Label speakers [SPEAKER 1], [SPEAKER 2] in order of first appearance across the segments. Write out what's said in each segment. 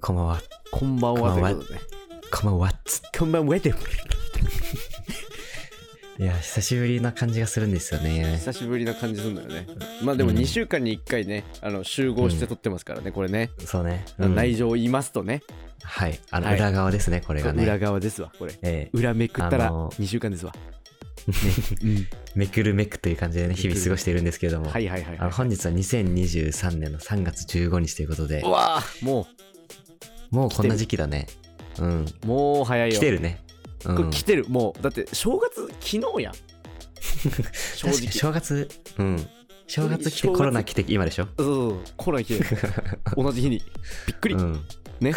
[SPEAKER 1] こんばんは。
[SPEAKER 2] こんばんはということで。
[SPEAKER 1] こんばんはっつ。
[SPEAKER 2] こんばんはで。
[SPEAKER 1] いや、久しぶりな感じがするんですよね。
[SPEAKER 2] 久しぶりな感じするんだよね。まあでも
[SPEAKER 1] うん
[SPEAKER 2] 2週間に1回ね、あの集合して撮ってますからね、これね。
[SPEAKER 1] そうね。うん
[SPEAKER 2] 内情を言いますとね、
[SPEAKER 1] はい。あの、
[SPEAKER 2] はい
[SPEAKER 1] 裏側ですね、これが
[SPEAKER 2] 裏
[SPEAKER 1] ね。
[SPEAKER 2] 側ですわ、これ。
[SPEAKER 1] えー
[SPEAKER 2] 裏めくった
[SPEAKER 1] あ
[SPEAKER 2] ら
[SPEAKER 1] の
[SPEAKER 2] 2週間で すわ。
[SPEAKER 1] めくるめくという感じでね、日々過ごしているんですけれども。
[SPEAKER 2] はいはいはい
[SPEAKER 1] あ
[SPEAKER 2] は
[SPEAKER 1] の
[SPEAKER 2] い。
[SPEAKER 1] 本日は2023年の3月15日ということで
[SPEAKER 2] う、わあも
[SPEAKER 1] もうこんな時期だね。うん。
[SPEAKER 2] う、もう早いよ。
[SPEAKER 1] 来てるね。う
[SPEAKER 2] これ
[SPEAKER 1] ん。
[SPEAKER 2] 来てる、もう。だって正月、昨 日やん。正
[SPEAKER 1] 確かに
[SPEAKER 2] 直。そう
[SPEAKER 1] 正月、うん。正月来て
[SPEAKER 2] 正月
[SPEAKER 1] コロナ来て今でしょ
[SPEAKER 2] そうそう、コロ ナ来てる。同じ日に。びっくり。
[SPEAKER 1] うん。
[SPEAKER 2] ね。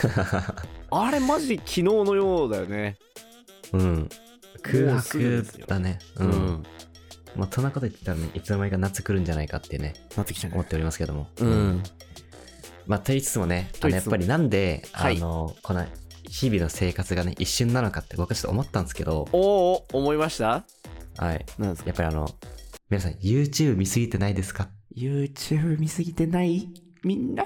[SPEAKER 2] あれマジで昨日のようだよね。
[SPEAKER 1] うん。
[SPEAKER 2] も
[SPEAKER 1] 空
[SPEAKER 2] うすぐですよ
[SPEAKER 1] 白だね。うん。。まあ、そんなこと言ってたらね、いつの間にか夏来るんじゃないかってね、
[SPEAKER 2] なってきたね
[SPEAKER 1] 思っておりますけども。
[SPEAKER 2] うん。
[SPEAKER 1] まあ、と言いつつもね、あ
[SPEAKER 2] と
[SPEAKER 1] の
[SPEAKER 2] 言い
[SPEAKER 1] や
[SPEAKER 2] つ
[SPEAKER 1] っ
[SPEAKER 2] つも
[SPEAKER 1] ぱりなんで、
[SPEAKER 2] は
[SPEAKER 1] あ
[SPEAKER 2] い
[SPEAKER 1] の、この、日々の生活がね、一瞬なのかって僕はちょっと思ったんですけど、
[SPEAKER 2] おお思いました
[SPEAKER 1] はい。
[SPEAKER 2] なんです
[SPEAKER 1] やっぱりあの、皆さん YouTube 見すぎてないですか
[SPEAKER 2] YouTube 見すぎてないみんな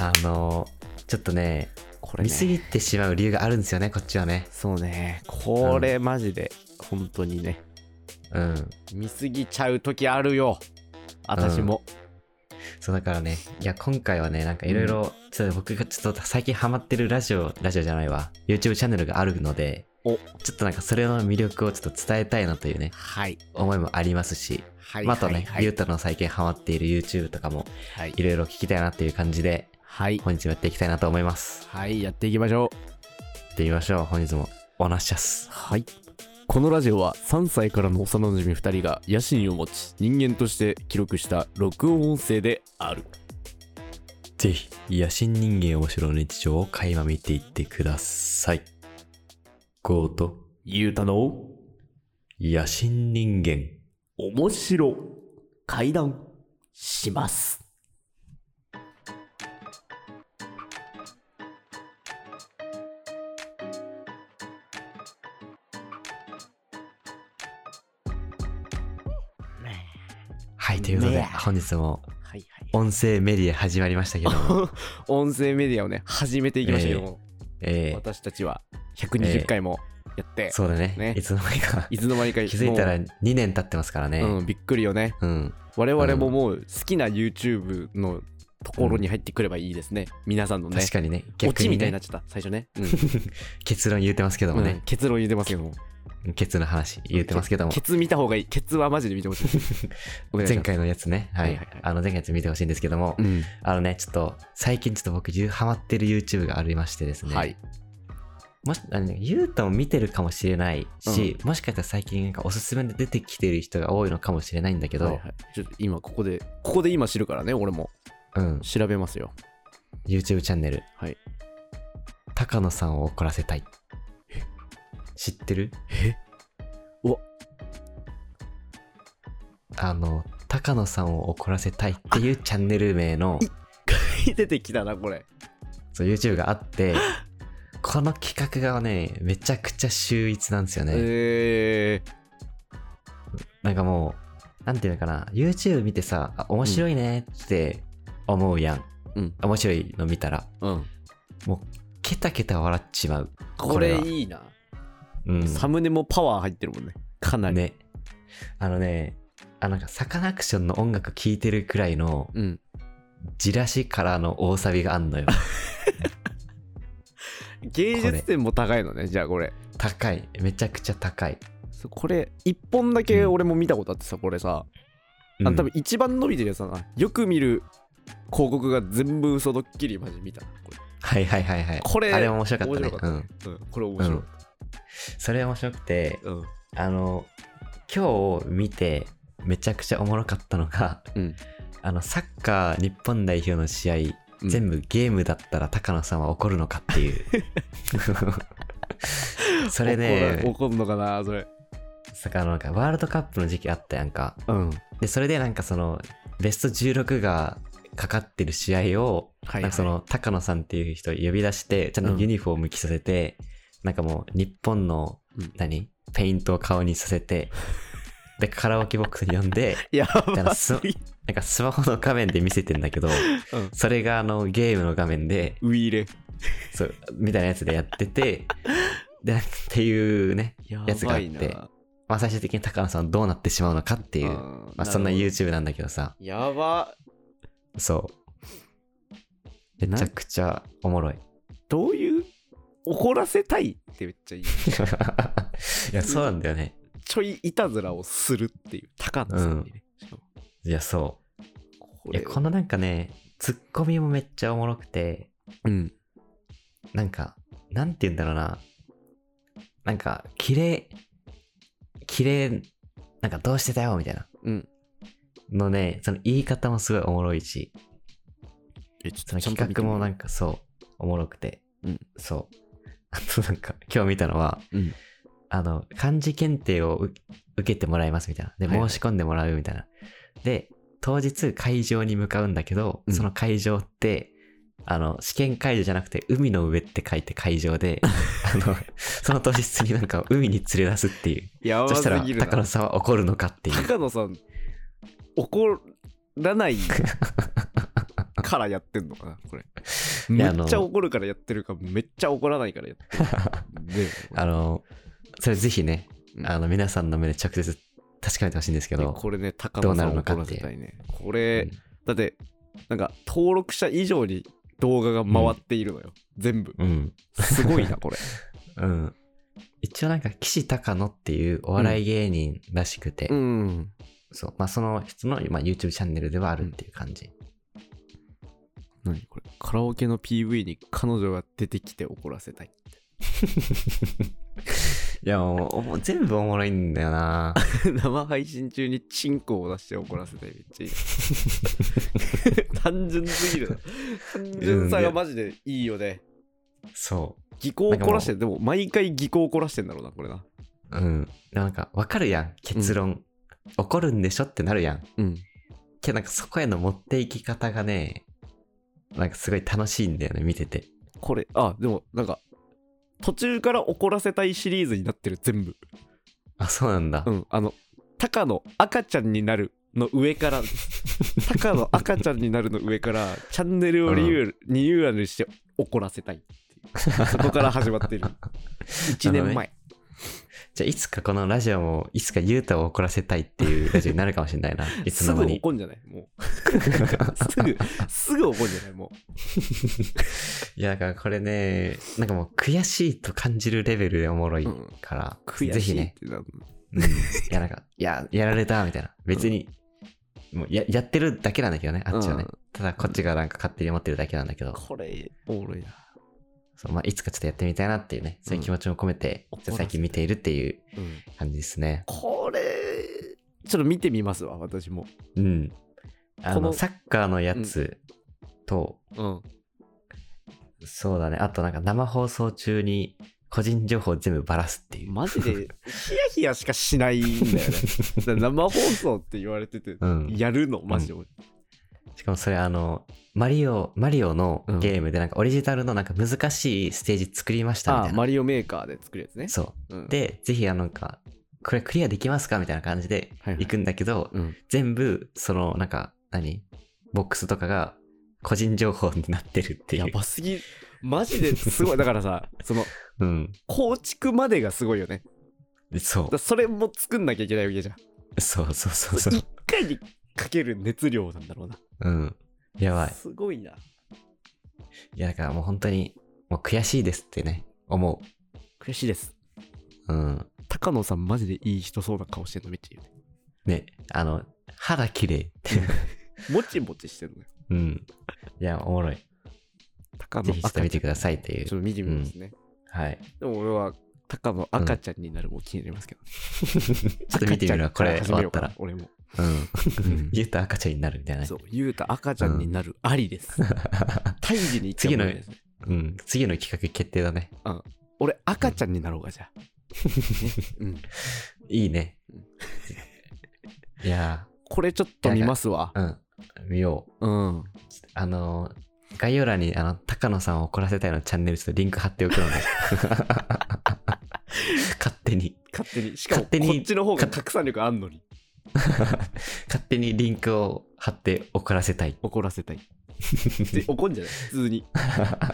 [SPEAKER 1] あの、ちょっとね、
[SPEAKER 2] これ
[SPEAKER 1] 見す
[SPEAKER 2] ね
[SPEAKER 1] ぎてしまう理由があるんですよね、こっちはね。
[SPEAKER 2] そうねこれマジで本当にね
[SPEAKER 1] うん。
[SPEAKER 2] 見すぎちゃう時あるよ私も
[SPEAKER 1] そうだからね、いや、今回はね、なんかいろいろ、ちょっと僕がちょっと最近ハマってるラジオ、ラジオじゃないわ、YouTube チャンネルがあるので、
[SPEAKER 2] お
[SPEAKER 1] ちょっとなんかそれの魅力をちょっと伝えたいなというね、
[SPEAKER 2] はい
[SPEAKER 1] 思いもありますし、
[SPEAKER 2] はい
[SPEAKER 1] まああとね、
[SPEAKER 2] はい
[SPEAKER 1] ゆ
[SPEAKER 2] は
[SPEAKER 1] うたの最近ハマっている YouTube とかも、
[SPEAKER 2] い
[SPEAKER 1] いろいろ聞きたいなっていう感じで、
[SPEAKER 2] はい
[SPEAKER 1] 本日もやっていきたいなと思います。
[SPEAKER 2] はいやっていきましょう
[SPEAKER 1] やってみましょう。本日も、おなっしゃっす。
[SPEAKER 2] はいこのラジオは3歳からの幼馴染2人が野心を持ち人間として記録した録音音声である
[SPEAKER 1] ぜひ、野心人間面白の日常を垣間見ていってください。ゴート、
[SPEAKER 2] ゆうたの
[SPEAKER 1] 野心人間。
[SPEAKER 2] 面白会談します
[SPEAKER 1] はい、ということで、
[SPEAKER 2] ねえ
[SPEAKER 1] 本日も
[SPEAKER 2] はいはい
[SPEAKER 1] 音声メディア始まりましたけど も、
[SPEAKER 2] 音声メディアをね始めていきましたけども、
[SPEAKER 1] えー
[SPEAKER 2] 私たちは120回もやって、
[SPEAKER 1] そうだね
[SPEAKER 2] ね
[SPEAKER 1] いつの間にか
[SPEAKER 2] いつの間にか
[SPEAKER 1] 気づいたら
[SPEAKER 2] も
[SPEAKER 1] 2年経ってますからね、
[SPEAKER 2] う、うん、びっくりよね
[SPEAKER 1] うん
[SPEAKER 2] 我々ももう好きな YouTube のところに入ってくればいいですね、皆さんのね
[SPEAKER 1] 確かにね
[SPEAKER 2] オチ
[SPEAKER 1] に
[SPEAKER 2] みたいにな
[SPEAKER 1] ね
[SPEAKER 2] っちゃった最初ね、うん
[SPEAKER 1] 結論言うてますけども
[SPEAKER 2] うん
[SPEAKER 1] ね、
[SPEAKER 2] 結論言ってますけども
[SPEAKER 1] ケツの話言うてますけども
[SPEAKER 2] ケツ見た方がいいケツはマジで見 てほしいお願いし
[SPEAKER 1] 前
[SPEAKER 2] ます
[SPEAKER 1] 回のやつね、はい
[SPEAKER 2] はいはいはい
[SPEAKER 1] あの前回のやつ見てほしいんですけども、
[SPEAKER 2] うん
[SPEAKER 1] あのねちょっと最近ちょっと僕ゆハマってる YouTube がありましてですね、
[SPEAKER 2] はい
[SPEAKER 1] もしあのゆうたも見てるかもしれないし、もしかしたら最近なんかおすすめで出てきてる人が多いのかもしれないんだけど、
[SPEAKER 2] はいはいちょっと今ここでここで今知るからね俺も
[SPEAKER 1] うん、
[SPEAKER 2] 調べますよ
[SPEAKER 1] YouTube チャンネル
[SPEAKER 2] はい
[SPEAKER 1] 高野さんを怒らせたい知ってる
[SPEAKER 2] えうわ
[SPEAKER 1] あの高野さんを怒らせたいっていうチャンネル名の
[SPEAKER 2] 出てきたなこれ
[SPEAKER 1] そう YouTube があ ってこの企画がねめちゃくちゃ秀逸なんですよね、
[SPEAKER 2] え
[SPEAKER 1] なんかもうなんていうのかな YouTube 見てさあ面白いねって思うやん、
[SPEAKER 2] うん
[SPEAKER 1] 面白いの見たら
[SPEAKER 2] ー、うん
[SPEAKER 1] もうケタケタ笑っちまう、
[SPEAKER 2] これいいな、
[SPEAKER 1] うん、
[SPEAKER 2] サムネもパワー入ってるもんねかなり、
[SPEAKER 1] ね。あのね、あなんかサカナクションの音楽聴いてるくらいの
[SPEAKER 2] うん
[SPEAKER 1] じらしからの大サビがあ んのよ。
[SPEAKER 2] 芸術点も高いのねじゃあこれ
[SPEAKER 1] 高い。めちゃくちゃ高い。
[SPEAKER 2] そうこれ一本だけ俺も見たことあってさこれさ、
[SPEAKER 1] うん
[SPEAKER 2] あの多分一番伸びてるやつだなよく見る広告が全部嘘ドッキリマジ見たこ
[SPEAKER 1] はいはいはいはい。
[SPEAKER 2] これ
[SPEAKER 1] あれ面白かったね。
[SPEAKER 2] 面白かった
[SPEAKER 1] うん。
[SPEAKER 2] れ,、うん、これ面白い、
[SPEAKER 1] それ面白くて、
[SPEAKER 2] うん
[SPEAKER 1] あの、今日見て、めちゃくちゃおもろかったのが、
[SPEAKER 2] うん
[SPEAKER 1] あの、サッカー日本代表の試合、
[SPEAKER 2] うん
[SPEAKER 1] 全部ゲームだったら高野さんは怒るのかって いう。それね、
[SPEAKER 2] 怒るのかなそれ
[SPEAKER 1] さあのなんかワールドカップの時期あったやんか
[SPEAKER 2] うん
[SPEAKER 1] でそれでなんかそのベスト16がかかってる試合を、
[SPEAKER 2] はい、
[SPEAKER 1] なんかその高野さんっていう人呼び出してちゃんとユニフォーム着させて、なんかもう日本の
[SPEAKER 2] うん
[SPEAKER 1] 何ペイントを顔にさせてで、カラオケボックスに呼んで、
[SPEAKER 2] や
[SPEAKER 1] だから
[SPEAKER 2] ば
[SPEAKER 1] す
[SPEAKER 2] すぎ。
[SPEAKER 1] なんかスマホの画面で見せてんだけど、
[SPEAKER 2] うん
[SPEAKER 1] それがあのゲームの画面で、
[SPEAKER 2] ウィーレ。
[SPEAKER 1] そう、みたいなやつでやって て、で、っていうね、
[SPEAKER 2] や
[SPEAKER 1] やつがあ
[SPEAKER 2] ば
[SPEAKER 1] っ
[SPEAKER 2] い
[SPEAKER 1] て
[SPEAKER 2] な。
[SPEAKER 1] まあ最終的に高野さんどうなってしまうのかっていう、
[SPEAKER 2] ま
[SPEAKER 1] まあそんな YouTube なんだけどさ、
[SPEAKER 2] やば。
[SPEAKER 1] そう。め
[SPEAKER 2] な
[SPEAKER 1] ちゃくちゃおも ろい。
[SPEAKER 2] どういう怒らせたいってめっちゃいい。
[SPEAKER 1] いや、そうなんだよね。
[SPEAKER 2] ちょいいたずらをするっていう高野さんにね。しかも
[SPEAKER 1] いや、そ
[SPEAKER 2] こ
[SPEAKER 1] う。いや、このなんかね、ツッコミもめっちゃおもろくて、
[SPEAKER 2] うん。
[SPEAKER 1] なんか、なんて言うんだろうな。なんか、綺麗、綺麗、なんかどうしてたよみたいな。
[SPEAKER 2] うん。
[SPEAKER 1] のね、その言い方もすごいおもろいし、
[SPEAKER 2] え、ち
[SPEAKER 1] その企画もなん
[SPEAKER 2] か。
[SPEAKER 1] かそう、おもろくて。
[SPEAKER 2] うん
[SPEAKER 1] そう。 あとなんか、今日見たのは、
[SPEAKER 2] うん。
[SPEAKER 1] あの、漢字検定を受受けてもらいますみたいな。で、
[SPEAKER 2] はいは
[SPEAKER 1] 申
[SPEAKER 2] い
[SPEAKER 1] し込んでもらうみたいな。で、当日会場に向かうんだけど、
[SPEAKER 2] うん
[SPEAKER 1] その会場って、あの、試験会場じゃなくて、海の上って書いて会場 で、あの、その当日になんか海に連れ出すっていう。
[SPEAKER 2] や
[SPEAKER 1] そ
[SPEAKER 2] ば
[SPEAKER 1] し
[SPEAKER 2] す
[SPEAKER 1] たら、
[SPEAKER 2] ぎるな。
[SPEAKER 1] 高野さんは怒るのかっていう。
[SPEAKER 2] 高野さん怒らないからやってんのかなこれ
[SPEAKER 1] い
[SPEAKER 2] め
[SPEAKER 1] やあ
[SPEAKER 2] っ
[SPEAKER 1] の
[SPEAKER 2] ちゃ怒るからやってるかめっちゃ怒らないからやってるね
[SPEAKER 1] あの、それぜひね、
[SPEAKER 2] うん
[SPEAKER 1] あの、皆さんの目で直接確かめてほしいんですけ
[SPEAKER 2] ね
[SPEAKER 1] ど。
[SPEAKER 2] これね高
[SPEAKER 1] どう
[SPEAKER 2] 野
[SPEAKER 1] な
[SPEAKER 2] さ
[SPEAKER 1] る
[SPEAKER 2] ん
[SPEAKER 1] のか
[SPEAKER 2] 怒
[SPEAKER 1] っ
[SPEAKER 2] ら
[SPEAKER 1] て
[SPEAKER 2] せ
[SPEAKER 1] いう
[SPEAKER 2] たいねこ
[SPEAKER 1] う
[SPEAKER 2] れ
[SPEAKER 1] ん
[SPEAKER 2] だってなんか登録者以上に動画が回っているのよ、全部
[SPEAKER 1] うん。
[SPEAKER 2] すごい なこれ
[SPEAKER 1] うん。一応なんか、岸高野っていうお笑い芸人らしくて、
[SPEAKER 2] ん
[SPEAKER 1] そう。まあ、その人の、まあ、YouTube チャンネルではあるっていう感じ。
[SPEAKER 2] 何これカラオケの PV に彼女が出てきて怒らせたい
[SPEAKER 1] いや、もうおも、全部おもろいんだよな
[SPEAKER 2] 生配信中にチンコを出して怒らせたいめっちゃいい な単純すぎるな単純さがマジでいいよね
[SPEAKER 1] そ
[SPEAKER 2] 技巧を凝らしてでも毎回技巧を凝らしてんだろうなこれな
[SPEAKER 1] う。うん。でもなんか、わかるやん、結論。怒るんでしょってなるやん。
[SPEAKER 2] うん
[SPEAKER 1] けどなんか、そこへの持っていき方がね、なんかすごい楽しいんだよね、見てて。
[SPEAKER 2] これあでもなんか途中から怒らせたいシリーズになってる全部
[SPEAKER 1] あ、そうなんだ。
[SPEAKER 2] うんあの高の赤ちゃんになるの上から 高の赤ちゃんになるの上からチャンネルをリニューアル,、リニューアルして怒らせたいっていうそこから始まって る1年前
[SPEAKER 1] じゃあ、いつかこのラジオも、いつかユータを怒らせたいっていうラジオになるかもしれない な。いつ
[SPEAKER 2] す
[SPEAKER 1] の
[SPEAKER 2] ぐ
[SPEAKER 1] 間に。
[SPEAKER 2] 怒んじゃないもう すぐすぐ怒んじゃないも
[SPEAKER 1] いや、だからこれね、なんかもう悔しいと感じるレベルでおもろいから、
[SPEAKER 2] う悔
[SPEAKER 1] ぜ
[SPEAKER 2] し
[SPEAKER 1] ひ
[SPEAKER 2] い
[SPEAKER 1] ね
[SPEAKER 2] っ、てなる
[SPEAKER 1] うんいや、なん か、いや、やられた、みたいな。別に、もうや、やってるだけなんだけどね、あっちはね。
[SPEAKER 2] うん
[SPEAKER 1] ただ、こっちがなんか勝手に持ってるだけなんだけど、
[SPEAKER 2] これおもろいな、
[SPEAKER 1] そう、まあ、いつかちょっとやってみたいなっていうね、そういう気持ちも込めて、
[SPEAKER 2] うん
[SPEAKER 1] じゃあ最近見ているっていう感じですね。
[SPEAKER 2] これちょっと見てみますわ私も
[SPEAKER 1] うん。あ
[SPEAKER 2] こ
[SPEAKER 1] の、
[SPEAKER 2] の
[SPEAKER 1] サッカーのやつと、
[SPEAKER 2] うん
[SPEAKER 1] そうだね、あとなんか生放送中に、個人情報全部ばらすっていう。
[SPEAKER 2] マジでヒヤヒヤしかしないんだよね だ から生放送って言われてて
[SPEAKER 1] うん。
[SPEAKER 2] やるのマジで俺、
[SPEAKER 1] しかもそれあの、マリオ、マリオのゲームでなんかオリジナルのなんか難しいステージ作りましたみ
[SPEAKER 2] あ
[SPEAKER 1] たいな。
[SPEAKER 2] マリオメーカーで作るやつね
[SPEAKER 1] そう。
[SPEAKER 2] うん
[SPEAKER 1] で、ぜひあのなんか、これクリアできますかみたいな感じで
[SPEAKER 2] はいはい
[SPEAKER 1] 行くんだけど、
[SPEAKER 2] うん
[SPEAKER 1] 全部、その、なんか、何ボックスとかが個人情報になってるっていう。
[SPEAKER 2] やばすぎマジですごいだからさその
[SPEAKER 1] うん。
[SPEAKER 2] 構築までがすごいよね
[SPEAKER 1] そ
[SPEAKER 2] だからそれも作んなきゃいけないわけじゃん
[SPEAKER 1] う。そうそうそうそ
[SPEAKER 2] 一
[SPEAKER 1] う。
[SPEAKER 2] 回にかける熱量なんだろうな。
[SPEAKER 1] うん。やばい。
[SPEAKER 2] すごいな。
[SPEAKER 1] いや、だからもう本当に、もう悔しいですってね、思
[SPEAKER 2] 悔しいです。
[SPEAKER 1] う。うん。
[SPEAKER 2] 高野さんマジでいい人そうな顔してるの見てる、ね。
[SPEAKER 1] ね、あの、肌綺麗って。
[SPEAKER 2] もちもちしてるのよ。
[SPEAKER 1] うん。いや、おもろい。
[SPEAKER 2] 高
[SPEAKER 1] ぜ
[SPEAKER 2] 野
[SPEAKER 1] ひちょっと
[SPEAKER 2] 赤ちゃん。
[SPEAKER 1] 見
[SPEAKER 2] ち
[SPEAKER 1] てくださいってい
[SPEAKER 2] ょっと
[SPEAKER 1] う。
[SPEAKER 2] 見てみますね。
[SPEAKER 1] はい。
[SPEAKER 2] でも俺は高野赤ちゃんになるも気になりますけど。
[SPEAKER 1] ちょっと見てみるわ、これ
[SPEAKER 2] 赤ち
[SPEAKER 1] 終
[SPEAKER 2] ゃん
[SPEAKER 1] わ
[SPEAKER 2] から始めよ
[SPEAKER 1] ったら。
[SPEAKER 2] うかな俺も。
[SPEAKER 1] うん。
[SPEAKER 2] うん
[SPEAKER 1] 言うと赤ちゃんになるみたいなね
[SPEAKER 2] そう、ゆうた赤ちゃんになるありです。胎児に行っちゃうもんね
[SPEAKER 1] うん、次の企画決定だね。
[SPEAKER 2] 俺赤ちゃんになろうかじゃあ。ねうん、
[SPEAKER 1] いいね
[SPEAKER 2] うん。
[SPEAKER 1] いや
[SPEAKER 2] これちょっと見ますわ。
[SPEAKER 1] ー、うん、見よう。
[SPEAKER 2] うん。
[SPEAKER 1] あのー、概要欄に、あの、高野さんを怒らせたいのチャンネル、ちょっとリンク貼っておくの で。勝手に。
[SPEAKER 2] 勝手に。しかも
[SPEAKER 1] 勝手に
[SPEAKER 2] こっちの方が拡散力あんのに。
[SPEAKER 1] 勝手にリンクを貼って怒らせたい。
[SPEAKER 2] 怒らせたい。で怒んじゃない普通 に。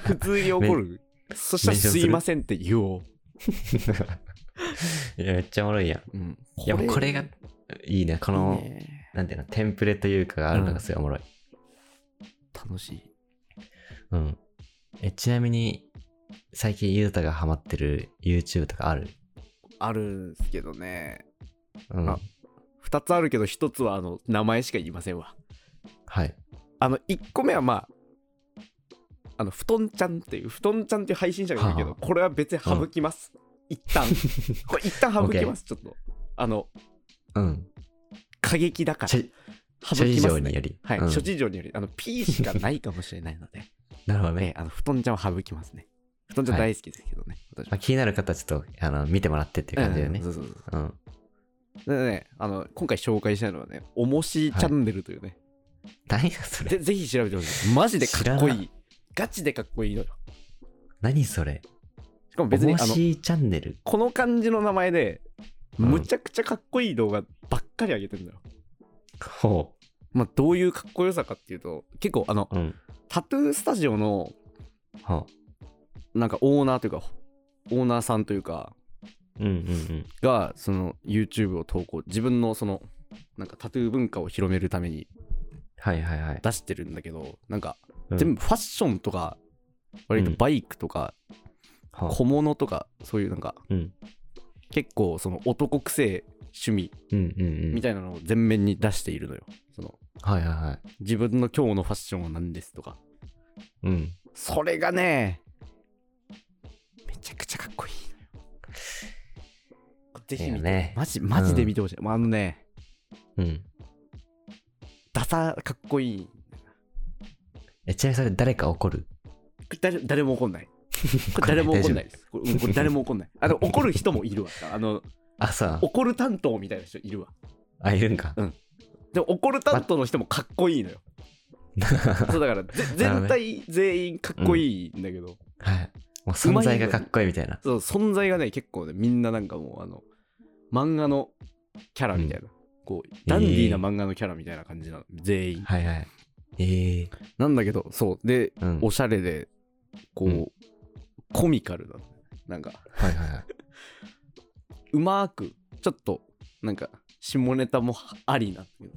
[SPEAKER 2] 普通に怒る。そした
[SPEAKER 1] メ
[SPEAKER 2] ら
[SPEAKER 1] ンション
[SPEAKER 2] す
[SPEAKER 1] する
[SPEAKER 2] いませんって言おう。
[SPEAKER 1] いや、めっちゃおもろいやん。
[SPEAKER 2] うん、
[SPEAKER 1] いや、もうこれが、いいね。この、
[SPEAKER 2] いいね
[SPEAKER 1] なんていうの、テンプレというかがあるのがすごいおもろい。
[SPEAKER 2] 楽しい。
[SPEAKER 1] うん。え、ちなみに、最近ゆうたがハマってる YouTube とかある
[SPEAKER 2] あるんすけどね。
[SPEAKER 1] うん。
[SPEAKER 2] あ2つあるけど1つはあの名前しか言いませんわ。
[SPEAKER 1] はい。
[SPEAKER 2] あの1個目はまあ、あの、布団ちゃんっていう、布団ちゃんっていう配信者がいるけど、
[SPEAKER 1] は
[SPEAKER 2] これは別に省きます。一 旦。これ一旦省きます、ちょっと。あの、
[SPEAKER 1] うん。
[SPEAKER 2] 過激だから。
[SPEAKER 1] 諸
[SPEAKER 2] 省
[SPEAKER 1] 諸
[SPEAKER 2] きます、
[SPEAKER 1] 諸
[SPEAKER 2] ね。
[SPEAKER 1] 事情により。
[SPEAKER 2] はい、
[SPEAKER 1] うん
[SPEAKER 2] 諸事情により、あの、P しかないかもしれないので、
[SPEAKER 1] なるほど
[SPEAKER 2] え
[SPEAKER 1] ね。
[SPEAKER 2] あの、布団ちゃんを省きますね。布団ちゃん大好きですけどね、私
[SPEAKER 1] まあ、気になる方はちょっと、あの、見てもらってっていう感じだよね
[SPEAKER 2] うん。そうそうそう
[SPEAKER 1] うん。
[SPEAKER 2] でね、あの、今回紹介したいのはね、おもしチャンネルというね、
[SPEAKER 1] 何がそれ
[SPEAKER 2] ぜぜひ調べてほしい。マジでかっこ
[SPEAKER 1] 知ら
[SPEAKER 2] いい。ガチでかっこいいのよ。
[SPEAKER 1] 何それ
[SPEAKER 2] しかも
[SPEAKER 1] 別
[SPEAKER 2] 別
[SPEAKER 1] に
[SPEAKER 2] に、
[SPEAKER 1] お
[SPEAKER 2] あ
[SPEAKER 1] も
[SPEAKER 2] の、
[SPEAKER 1] しチャンネル
[SPEAKER 2] この感じの名前で、
[SPEAKER 1] うん
[SPEAKER 2] むちゃくちゃかっこいい動画ばっかり上げてるんだよ。
[SPEAKER 1] ほ
[SPEAKER 2] まあ、どういうかっこよさかっていうと、結構、あの、
[SPEAKER 1] う。うん。
[SPEAKER 2] タトゥースタジオの、
[SPEAKER 1] ほ
[SPEAKER 2] なんかオーナーというか、オーナーさんというか、
[SPEAKER 1] う。うんうん
[SPEAKER 2] が、その YouTube を投稿、自分のその、なんかタトゥー文化を広めるために
[SPEAKER 1] はいはいはい。
[SPEAKER 2] 出してるんだけど、なんか、
[SPEAKER 1] うん
[SPEAKER 2] 全部ファッションとか、割とバイクとか、
[SPEAKER 1] ほう
[SPEAKER 2] 小物とか、そういうなんか、
[SPEAKER 1] うん。
[SPEAKER 2] 結構その男くせえ趣味
[SPEAKER 1] うんうんうん。
[SPEAKER 2] みたいなのを全面に出しているのよ。その
[SPEAKER 1] はいはいはい。
[SPEAKER 2] 自分の今日のファッションは何ですとか。
[SPEAKER 1] うん。
[SPEAKER 2] それがね、めちゃくちゃかっこいいのよ。これぜひ見
[SPEAKER 1] いいよ
[SPEAKER 2] て、
[SPEAKER 1] ね
[SPEAKER 2] マジ、マジで見てほしい。もうあのね、
[SPEAKER 1] うん。
[SPEAKER 2] ダサかっこいい。
[SPEAKER 1] え、ちなみにそれ誰か怒る
[SPEAKER 2] 誰誰も怒んない。こ れ誰も怒んないです。これうんこれ誰も怒んない。あの怒る人もいるわ。あの
[SPEAKER 1] あ、そう。
[SPEAKER 2] 怒る担当みたいな人いるわ。
[SPEAKER 1] あ、いるんか。
[SPEAKER 2] でも怒る担当の人もかっこいいのよ。そうだか らぜ全体全員かっこいいんだけど、
[SPEAKER 1] はい。もう存在がかっこいいみたいな。
[SPEAKER 2] そう存在がね結構ねみんななんかもうあの漫画のキャラみたいな、こうダンディーな漫画のキャラみたいな感じなの、全員
[SPEAKER 1] はいはい。ええ
[SPEAKER 2] なんだけどそうで、
[SPEAKER 1] ー。うん。
[SPEAKER 2] おしゃれでこう、
[SPEAKER 1] うん
[SPEAKER 2] コミカルなのなんか
[SPEAKER 1] はいはいはい。
[SPEAKER 2] うまーくちょっとなんか下ネタもありなんだけど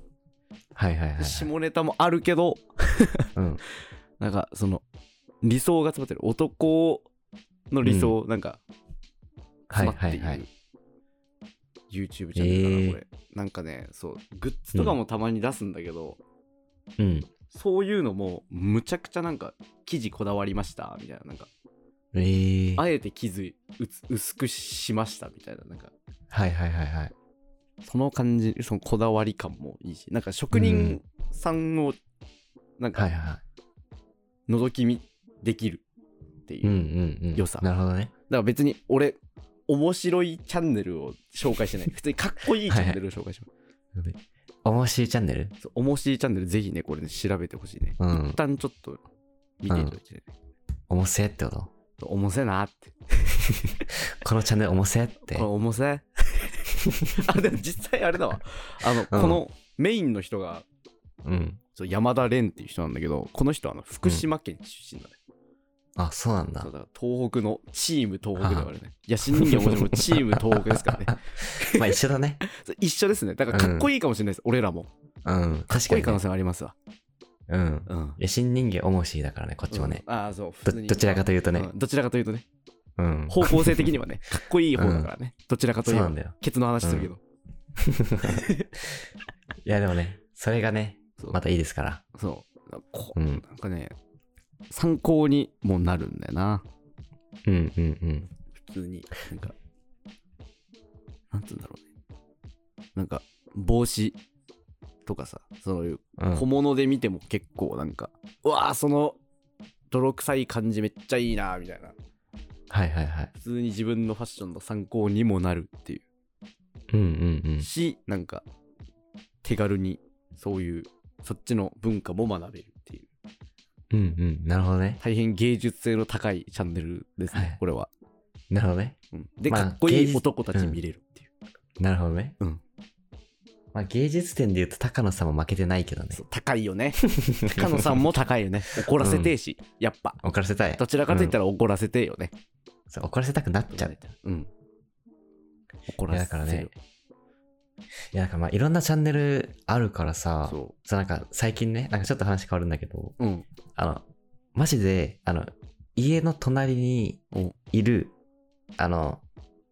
[SPEAKER 1] はいはいはい。
[SPEAKER 2] 下ネタもあるけど
[SPEAKER 1] うん。
[SPEAKER 2] なんかその理想が詰まってる男の理想、なんか
[SPEAKER 1] はい
[SPEAKER 2] 詰ま
[SPEAKER 1] は
[SPEAKER 2] って
[SPEAKER 1] い
[SPEAKER 2] い
[SPEAKER 1] はい
[SPEAKER 2] る。YouTube チャンネルかな、これなんかねそうグッズとかもたまに出すんだけど、
[SPEAKER 1] うん。
[SPEAKER 2] そういうのもむちゃくちゃなんか生地こだわりましたみたいななんか
[SPEAKER 1] ええー。
[SPEAKER 2] あえて生地うつ薄くしましたみたいななんか
[SPEAKER 1] はいはいはいはい。
[SPEAKER 2] その感じそのこだわり感もいいしなんか職人さんをなん
[SPEAKER 1] はいはい
[SPEAKER 2] か
[SPEAKER 1] は
[SPEAKER 2] 覗き見できるってい
[SPEAKER 1] い。
[SPEAKER 2] う、
[SPEAKER 1] うん
[SPEAKER 2] だ
[SPEAKER 1] う
[SPEAKER 2] か
[SPEAKER 1] んうん。
[SPEAKER 2] 良さ
[SPEAKER 1] なるほどね。
[SPEAKER 2] ら別に俺面白いチャンネルを紹介して ない普通にかっこいいチャンネルを紹介します
[SPEAKER 1] おもしチャンネル
[SPEAKER 2] そうおもしチャンネルぜひねこれね調べてほしいね、
[SPEAKER 1] うん
[SPEAKER 2] 一旦ちょっと見ていただきたい、ね
[SPEAKER 1] おもせってこと
[SPEAKER 2] おもせなって
[SPEAKER 1] このチャンネルおもせって
[SPEAKER 2] これ。重 せあでも実際あれだわあの、このメインの人が
[SPEAKER 1] うん。
[SPEAKER 2] そう山田蓮っていう人なんだけどこの人はあの福島県出身だね、
[SPEAKER 1] あ、そうなんだ
[SPEAKER 2] そう。だ東北のチーム東北だからねいや新人形もちろんチーム東北ですからね
[SPEAKER 1] まあ一緒だね。
[SPEAKER 2] そう一緒ですねだからかっこいいかもしれないです、俺ら もか
[SPEAKER 1] うん。
[SPEAKER 2] っ
[SPEAKER 1] 確
[SPEAKER 2] こ
[SPEAKER 1] か
[SPEAKER 2] いい
[SPEAKER 1] に
[SPEAKER 2] 可能
[SPEAKER 1] ね。
[SPEAKER 2] 性はありますわ
[SPEAKER 1] うん。
[SPEAKER 2] うん
[SPEAKER 1] いや新人間おもしだからね、こっちもね。
[SPEAKER 2] うんああそう普
[SPEAKER 1] ど
[SPEAKER 2] 通に
[SPEAKER 1] どちらかというとね
[SPEAKER 2] う。んどちらかというとね
[SPEAKER 1] うん。
[SPEAKER 2] 方向性的にはねかっこいい方だからね、どちらかとい
[SPEAKER 1] そうう
[SPEAKER 2] と
[SPEAKER 1] なんだよ。
[SPEAKER 2] ケツの話するけど、
[SPEAKER 1] いやでもね、それがね、
[SPEAKER 2] そう
[SPEAKER 1] またいいですから。
[SPEAKER 2] そうこ
[SPEAKER 1] うん。
[SPEAKER 2] なんかね参考にもなるんだよな
[SPEAKER 1] うんうんうん。
[SPEAKER 2] 普通になんかなんつうんだろうねなんか帽子とかさそういう
[SPEAKER 1] うん
[SPEAKER 2] 小物で見ても結構なんか、うわーその泥臭い感じめっちゃいいなみたいな
[SPEAKER 1] はいはいはい。
[SPEAKER 2] 普通に自分のファッションの参考にもなるってい
[SPEAKER 1] うんうんうん
[SPEAKER 2] う。しなんか手軽にそういうそっちの文化も学べるっていう
[SPEAKER 1] うんうん。なるほどね。
[SPEAKER 2] 大変芸術性の高いチャンネルですね、
[SPEAKER 1] はい
[SPEAKER 2] これは、
[SPEAKER 1] なるほどね。
[SPEAKER 2] うんで、
[SPEAKER 1] まあ
[SPEAKER 2] かっこ
[SPEAKER 1] 芸
[SPEAKER 2] いい
[SPEAKER 1] 術
[SPEAKER 2] 男たち見れるっていう
[SPEAKER 1] なるほどね。
[SPEAKER 2] うん
[SPEAKER 1] まあ、芸術点で言うと高野さんも負けてないけどね
[SPEAKER 2] そう高いよね高野さんも高いよね怒らせてえし、やっぱ
[SPEAKER 1] 怒らせたい
[SPEAKER 2] どちらかといったら怒らせてえよね、
[SPEAKER 1] そう怒らせたくなっちゃうい
[SPEAKER 2] うん怒
[SPEAKER 1] いや
[SPEAKER 2] ら
[SPEAKER 1] だから
[SPEAKER 2] せて
[SPEAKER 1] ね
[SPEAKER 2] る
[SPEAKER 1] やなんかまあいろんなチャンネルあるからさ
[SPEAKER 2] そ
[SPEAKER 1] そうなんか最近ねなんかちょっと話変わるんだけど
[SPEAKER 2] ううん
[SPEAKER 1] あのマジであの家の隣にいるあの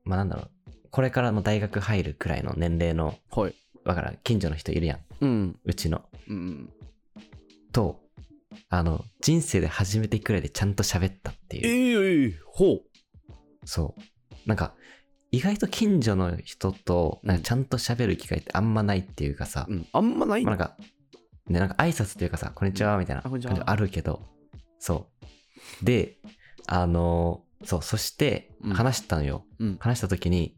[SPEAKER 1] まあなんだろうこれからも大学入るくらいの年齢の
[SPEAKER 2] はい
[SPEAKER 1] わからん近所の人いるやん
[SPEAKER 2] うん
[SPEAKER 1] うちの
[SPEAKER 2] うん
[SPEAKER 1] とあの人生で初めてくらいでちゃんと喋ったっていう
[SPEAKER 2] ええほ
[SPEAKER 1] そうなんか意外と近所の人となんかちゃんと喋る機会ってあんまないっていうかさ、
[SPEAKER 2] う、うん、あんまない
[SPEAKER 1] まあ、
[SPEAKER 2] な
[SPEAKER 1] なんか、ね、なんか挨拶というかさ、こんにちはみたいな
[SPEAKER 2] あこん
[SPEAKER 1] 感
[SPEAKER 2] にち
[SPEAKER 1] じ
[SPEAKER 2] は
[SPEAKER 1] あるけど、そう。で、あのーそう、そして
[SPEAKER 2] うん
[SPEAKER 1] 話したのよ。
[SPEAKER 2] うん
[SPEAKER 1] 話した時に、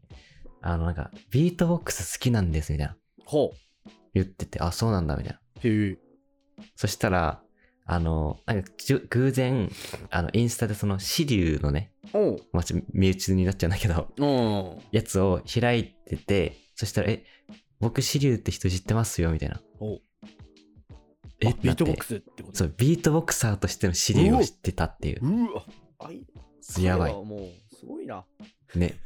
[SPEAKER 1] あの、なんか、ビートボックス好きなんですみたいな。
[SPEAKER 2] ほ
[SPEAKER 1] 言ってて、あ、そうなんだみたいな。
[SPEAKER 2] うへえ
[SPEAKER 1] そしたら、あのーなんかじゅ、偶然、あの、インスタでその、支流のね、
[SPEAKER 2] おう
[SPEAKER 1] まあ、ちょ身内になっちゃうんだけど、
[SPEAKER 2] おう
[SPEAKER 1] やつを開いてて、そしたら、え、僕、支流って人知ってますよみたいな。
[SPEAKER 2] おう
[SPEAKER 1] え
[SPEAKER 2] あビートボック
[SPEAKER 1] ス
[SPEAKER 2] スってこと
[SPEAKER 1] そう、ビートボクサーとしての支流を知ってたっていう。
[SPEAKER 2] うわあい
[SPEAKER 1] やばい
[SPEAKER 2] 彼はもうすごいな
[SPEAKER 1] ね。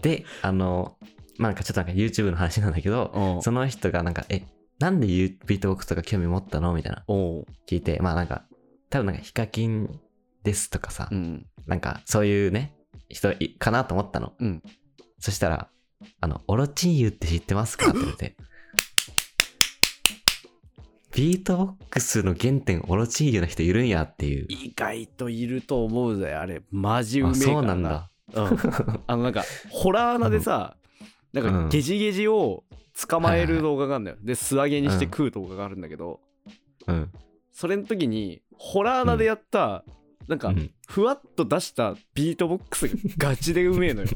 [SPEAKER 1] で、あの、まあ、なんかちょっとなんか YouTube の話なんだけど、
[SPEAKER 2] お
[SPEAKER 1] その人がなんか、え、なんでユービートボックスとか興味持ったのみたいな
[SPEAKER 2] おう
[SPEAKER 1] 聞いて、まあなんか、多分なんかヒカキンですとかさ、
[SPEAKER 2] ん
[SPEAKER 1] なんかそういうね、人いかなと思ったの。
[SPEAKER 2] うん
[SPEAKER 1] そしたら、あの、オロチンユって知ってますかって言って。ビートボックスの原点オロチンユの人いるんやっていう。
[SPEAKER 2] 意外といると思うぜあれマジうめえ
[SPEAKER 1] あ、
[SPEAKER 2] から
[SPEAKER 1] そうなん だ。
[SPEAKER 2] うんあのなんかホラー穴でさ、なん
[SPEAKER 1] う
[SPEAKER 2] か
[SPEAKER 1] ん
[SPEAKER 2] ゲジゲジを捕ま
[SPEAKER 1] は
[SPEAKER 2] え
[SPEAKER 1] いはい
[SPEAKER 2] る動画があるんだよ、で素揚げにして食う動画があるんだけど、
[SPEAKER 1] うん。
[SPEAKER 2] それの時にホラー穴でやった、な
[SPEAKER 1] う
[SPEAKER 2] んか
[SPEAKER 1] ん、
[SPEAKER 2] ふわっと出したビートボックスが ガチでうめえのよ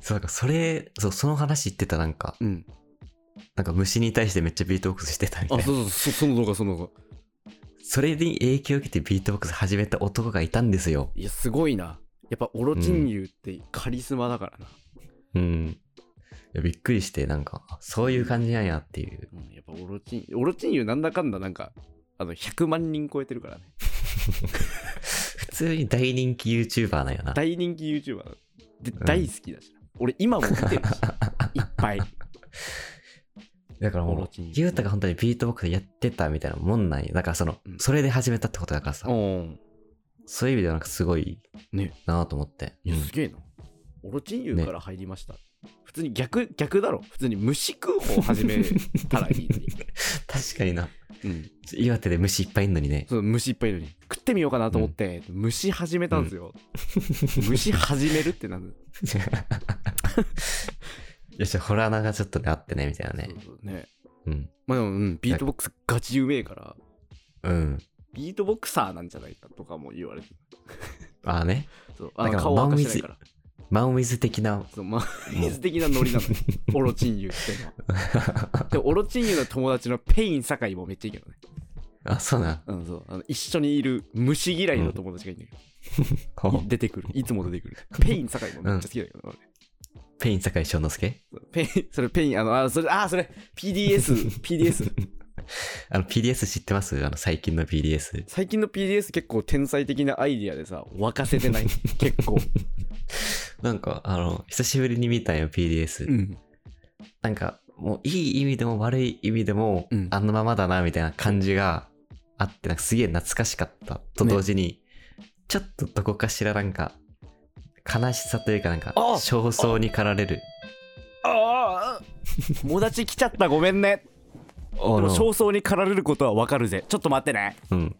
[SPEAKER 1] そう、なんかそれ、そう、その話言ってたなんか、
[SPEAKER 2] うん
[SPEAKER 1] なんか虫に対してめっちゃビートボックスしてたみたい
[SPEAKER 2] あ
[SPEAKER 1] な。
[SPEAKER 2] そ
[SPEAKER 1] そう
[SPEAKER 2] そうそその動画その動画
[SPEAKER 1] れに影響を受けてビートボックス始めた男がいたんですよ。
[SPEAKER 2] いやすごいなやっぱオロチンユってカリスマだからな、
[SPEAKER 1] うん。いやびっくりして、なんか、あそういう感じなんやっていう。
[SPEAKER 2] うんやっぱオロチンオロチンユなんだかんだなんかあの100万人超えてるからね
[SPEAKER 1] 普通に大人気 YouTuber なんやな。
[SPEAKER 2] 大人気 YouTuber だで、
[SPEAKER 1] ん
[SPEAKER 2] 大好きだしな俺今も 見てるしいっぱい
[SPEAKER 1] だからもう、
[SPEAKER 2] チン
[SPEAKER 1] ゆうたが本当にビートボックスやってたみたいなもんなんや。だからその
[SPEAKER 2] う、ん
[SPEAKER 1] それで始めたってことだからさ、
[SPEAKER 2] うん
[SPEAKER 1] そういう意味ではなんかすごい
[SPEAKER 2] ね
[SPEAKER 1] なと思って。
[SPEAKER 2] いや
[SPEAKER 1] うん
[SPEAKER 2] すげえなオロチンユから入りました、普通に逆逆だろ普通に虫食う方を始めたらい いのに、
[SPEAKER 1] 確かにな。
[SPEAKER 2] うん、
[SPEAKER 1] 岩手で虫いっぱいいんのにね。
[SPEAKER 2] その虫いっぱいいるのに食ってみようかなと思って、虫始めたんですよ、虫始めるってなんだ
[SPEAKER 1] よし、ホラー穴がちょっとね、あってね、みたいな ね
[SPEAKER 2] そう。そうね
[SPEAKER 1] うん。
[SPEAKER 2] まあでも、うん、ビートボックスガチうめえから
[SPEAKER 1] うん。
[SPEAKER 2] ビートボクサーなんじゃないかとかも言われて
[SPEAKER 1] ああね。
[SPEAKER 2] そうあ
[SPEAKER 1] なん
[SPEAKER 2] の
[SPEAKER 1] か
[SPEAKER 2] 顔は明かしてないから
[SPEAKER 1] マンウィズ的な。
[SPEAKER 2] そうまあ、イズ的なノリなのよオロチンユってのは。で、オロチンユの友達のペイン酒井もめっちゃいいけどね。
[SPEAKER 1] あ、そうなん。
[SPEAKER 2] うん、そうあの一緒にいる虫嫌いの友達がいるんだけ
[SPEAKER 1] ほ
[SPEAKER 2] ど、
[SPEAKER 1] う
[SPEAKER 2] い出てくる。いつも出てくる。ペイン酒井もめっちゃ好きだけど、俺
[SPEAKER 1] ペイン坂井翔之介
[SPEAKER 2] そうペイン、それペイン、あの、あ、それ、あ、それ、PDS、PDS。
[SPEAKER 1] あの、PDS 知ってますあの、最近の PDS。
[SPEAKER 2] 最近の PDS 結構天才的なアイディアでさ、沸かせてない。結構。
[SPEAKER 1] なんか、あの、久しぶりに見たんよ、PDS。
[SPEAKER 2] うん。
[SPEAKER 1] なんか、もう、いい意味でも悪い意味でも、
[SPEAKER 2] うん
[SPEAKER 1] あのままだな、みたいな感じがあって、なんかすげえ懐かしかった。と同時に、ちょっとどこかしらなんか、悲しさというか、なんか、
[SPEAKER 2] あ
[SPEAKER 1] 焦燥に駆られる。
[SPEAKER 2] ああ友達来ちゃった、ごめんね。
[SPEAKER 1] お
[SPEAKER 2] で
[SPEAKER 1] う
[SPEAKER 2] も、
[SPEAKER 1] の
[SPEAKER 2] 焦燥に駆られることはわかるぜ。ちょっと待ってね。
[SPEAKER 1] うん。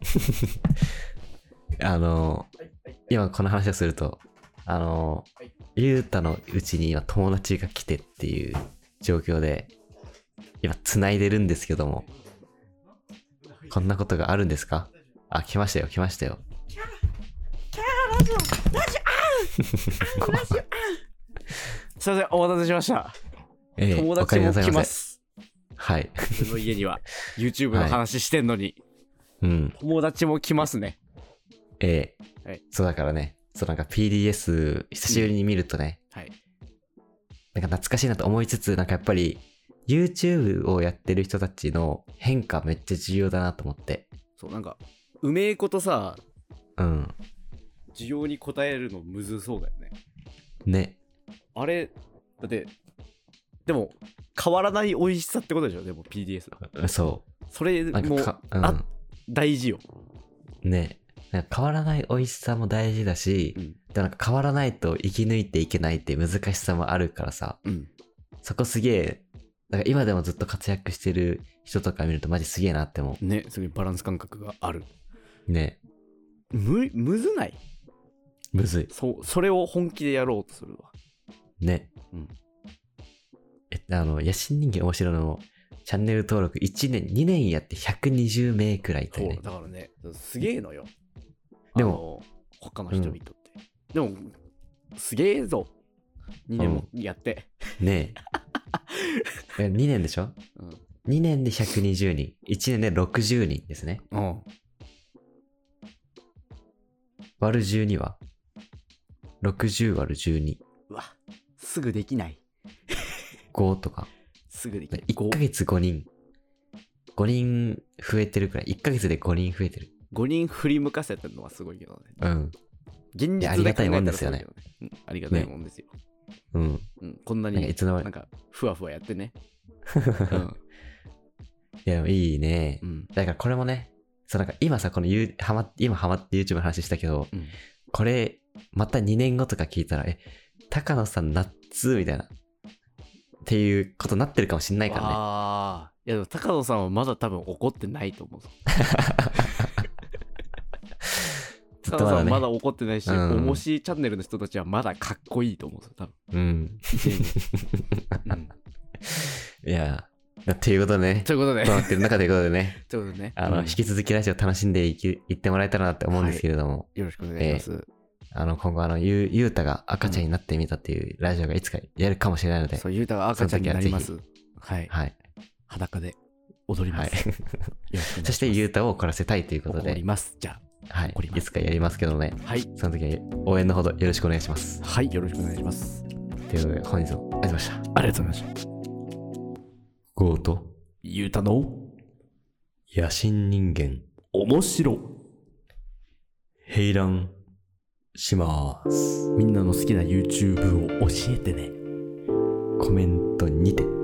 [SPEAKER 1] あの、今この話をすると、あの、ゆうたのうちに今友達が来てっていう状況で、今繋いでるんですけども、こんなことがあるんですかあ、来ましたよ、来ましたよ。
[SPEAKER 2] すいません、お待たせしました。
[SPEAKER 1] ええ
[SPEAKER 2] 友
[SPEAKER 1] お帰
[SPEAKER 2] 達
[SPEAKER 1] りな
[SPEAKER 2] も
[SPEAKER 1] さい
[SPEAKER 2] 来
[SPEAKER 1] ま
[SPEAKER 2] ま
[SPEAKER 1] せ。
[SPEAKER 2] す。
[SPEAKER 1] はい。
[SPEAKER 2] 僕の家には YouTube の話してんのに、
[SPEAKER 1] うん。
[SPEAKER 2] 友達も来ますね。
[SPEAKER 1] ええ
[SPEAKER 2] はい
[SPEAKER 1] そうだからね、そうなんか PDS 久しぶりに見るとね、
[SPEAKER 2] はい。
[SPEAKER 1] なんか懐かしいなと思いつつ、なんかやっぱり YouTube をやってる人たちの変化めっちゃ重要だなと思って。
[SPEAKER 2] そうなんかうめえことさ
[SPEAKER 1] うん。
[SPEAKER 2] 需要に応えるのむずそうだよね
[SPEAKER 1] ね。
[SPEAKER 2] あれだってでも変わらない美味しさってことでしょでも PDS
[SPEAKER 1] そ
[SPEAKER 2] それ
[SPEAKER 1] う。なん
[SPEAKER 2] も
[SPEAKER 1] か
[SPEAKER 2] う
[SPEAKER 1] か、うん、
[SPEAKER 2] あ大事よ、
[SPEAKER 1] ね。なんか変わらない美味しさも大事だし、
[SPEAKER 2] うん
[SPEAKER 1] でもなんか変わらないと生き抜いていけないって難しさもあるからさ、
[SPEAKER 2] うん、
[SPEAKER 1] そこすげえ、なんか今でもずっと活躍してる人とか見るとマジすげえなって思
[SPEAKER 2] ねすごいバランス感覚がある
[SPEAKER 1] う。ね。
[SPEAKER 2] むむずない
[SPEAKER 1] むずい。
[SPEAKER 2] そうそれを本気でやろうとするわ
[SPEAKER 1] ね。
[SPEAKER 2] うん
[SPEAKER 1] え、あの、野心人間面白いのも、チャンネル登録1年、2年やって120名くらいとい
[SPEAKER 2] そ
[SPEAKER 1] ううね。
[SPEAKER 2] だからねすげえのよ
[SPEAKER 1] でも
[SPEAKER 2] あの他の人々って、でもすげえぞ2年もやって、
[SPEAKER 1] ねえ。2年でしょ
[SPEAKER 2] うん
[SPEAKER 1] 2年で120人、1年で60人ですね。
[SPEAKER 2] うん、
[SPEAKER 1] 割る12は ?60 割る12。
[SPEAKER 2] うわすぐできない
[SPEAKER 1] 5とか。
[SPEAKER 2] すぐできない
[SPEAKER 1] 1ヶ月5人。5人増えてるくらい。1ヶ月で5人増えてる。
[SPEAKER 2] 5人振り向かせたのはすごいけどね。
[SPEAKER 1] うん。
[SPEAKER 2] 現
[SPEAKER 1] い
[SPEAKER 2] 実
[SPEAKER 1] やありがたいもんですよね
[SPEAKER 2] で考えたらすごいけどね。うんありがたいもんですよ。
[SPEAKER 1] うん。
[SPEAKER 2] うん、こんな
[SPEAKER 1] なんかい
[SPEAKER 2] に、
[SPEAKER 1] つの間
[SPEAKER 2] な
[SPEAKER 1] に
[SPEAKER 2] ん。か、ふわふわやって ね。うん
[SPEAKER 1] いや、でもいいね
[SPEAKER 2] う。ん。
[SPEAKER 1] だからこれもね、そうなんか今さ、この U、はま、今ハマって YouTube の話したけど、
[SPEAKER 2] うん
[SPEAKER 1] これ、また2年後とか聞いたら、え、高野さん夏みたいな。っていうことになってるかもしんないからね。
[SPEAKER 2] ああ。いや、でも高野さんはまだ多分怒ってないと思うぞ。
[SPEAKER 1] ずっとま
[SPEAKER 2] 高野さん
[SPEAKER 1] だ
[SPEAKER 2] は
[SPEAKER 1] ね。
[SPEAKER 2] まだ怒ってないし、
[SPEAKER 1] うん
[SPEAKER 2] おもしチャンネルの人たちはまだかっこいいと思うぞ、多 分。
[SPEAKER 1] うん。
[SPEAKER 2] うん
[SPEAKER 1] いや、だっていうことで ね。
[SPEAKER 2] ということで
[SPEAKER 1] と、なってる中ということでね、
[SPEAKER 2] ということでね、
[SPEAKER 1] あの、
[SPEAKER 2] うん
[SPEAKER 1] 引き続きラジオ楽しんでいきいってもらえたらなって思うんですけれども、
[SPEAKER 2] よろしくお願いします。
[SPEAKER 1] あの、今後あの、ゆう、ゆうたが赤ちゃんになってみたっていうラジオがいつかやるかもしれないので、
[SPEAKER 2] そう、ゆうたが赤ちゃんになります。はい。
[SPEAKER 1] はい。
[SPEAKER 2] 裸で踊り
[SPEAKER 1] は
[SPEAKER 2] ま
[SPEAKER 1] い
[SPEAKER 2] す。。よろしくお願いします
[SPEAKER 1] そして、ゆうたを怒らせたいということ
[SPEAKER 2] 怒り
[SPEAKER 1] で、
[SPEAKER 2] ます。じゃ
[SPEAKER 1] はい
[SPEAKER 2] 怒り。ま
[SPEAKER 1] い
[SPEAKER 2] す
[SPEAKER 1] つかやりますけどね、
[SPEAKER 2] あ、はい。
[SPEAKER 1] その時は応援のほどよろしくお願いします。
[SPEAKER 2] はい、よろしくお願いします。
[SPEAKER 1] ということで、本日もありがとうございました。
[SPEAKER 2] ありがとうございました。
[SPEAKER 1] ゴート、
[SPEAKER 2] ゆうたの
[SPEAKER 1] 野心人間、
[SPEAKER 2] 面白。
[SPEAKER 1] 平乱します。
[SPEAKER 2] みんなの好きな YouTube を教えてね。
[SPEAKER 1] コメントにて。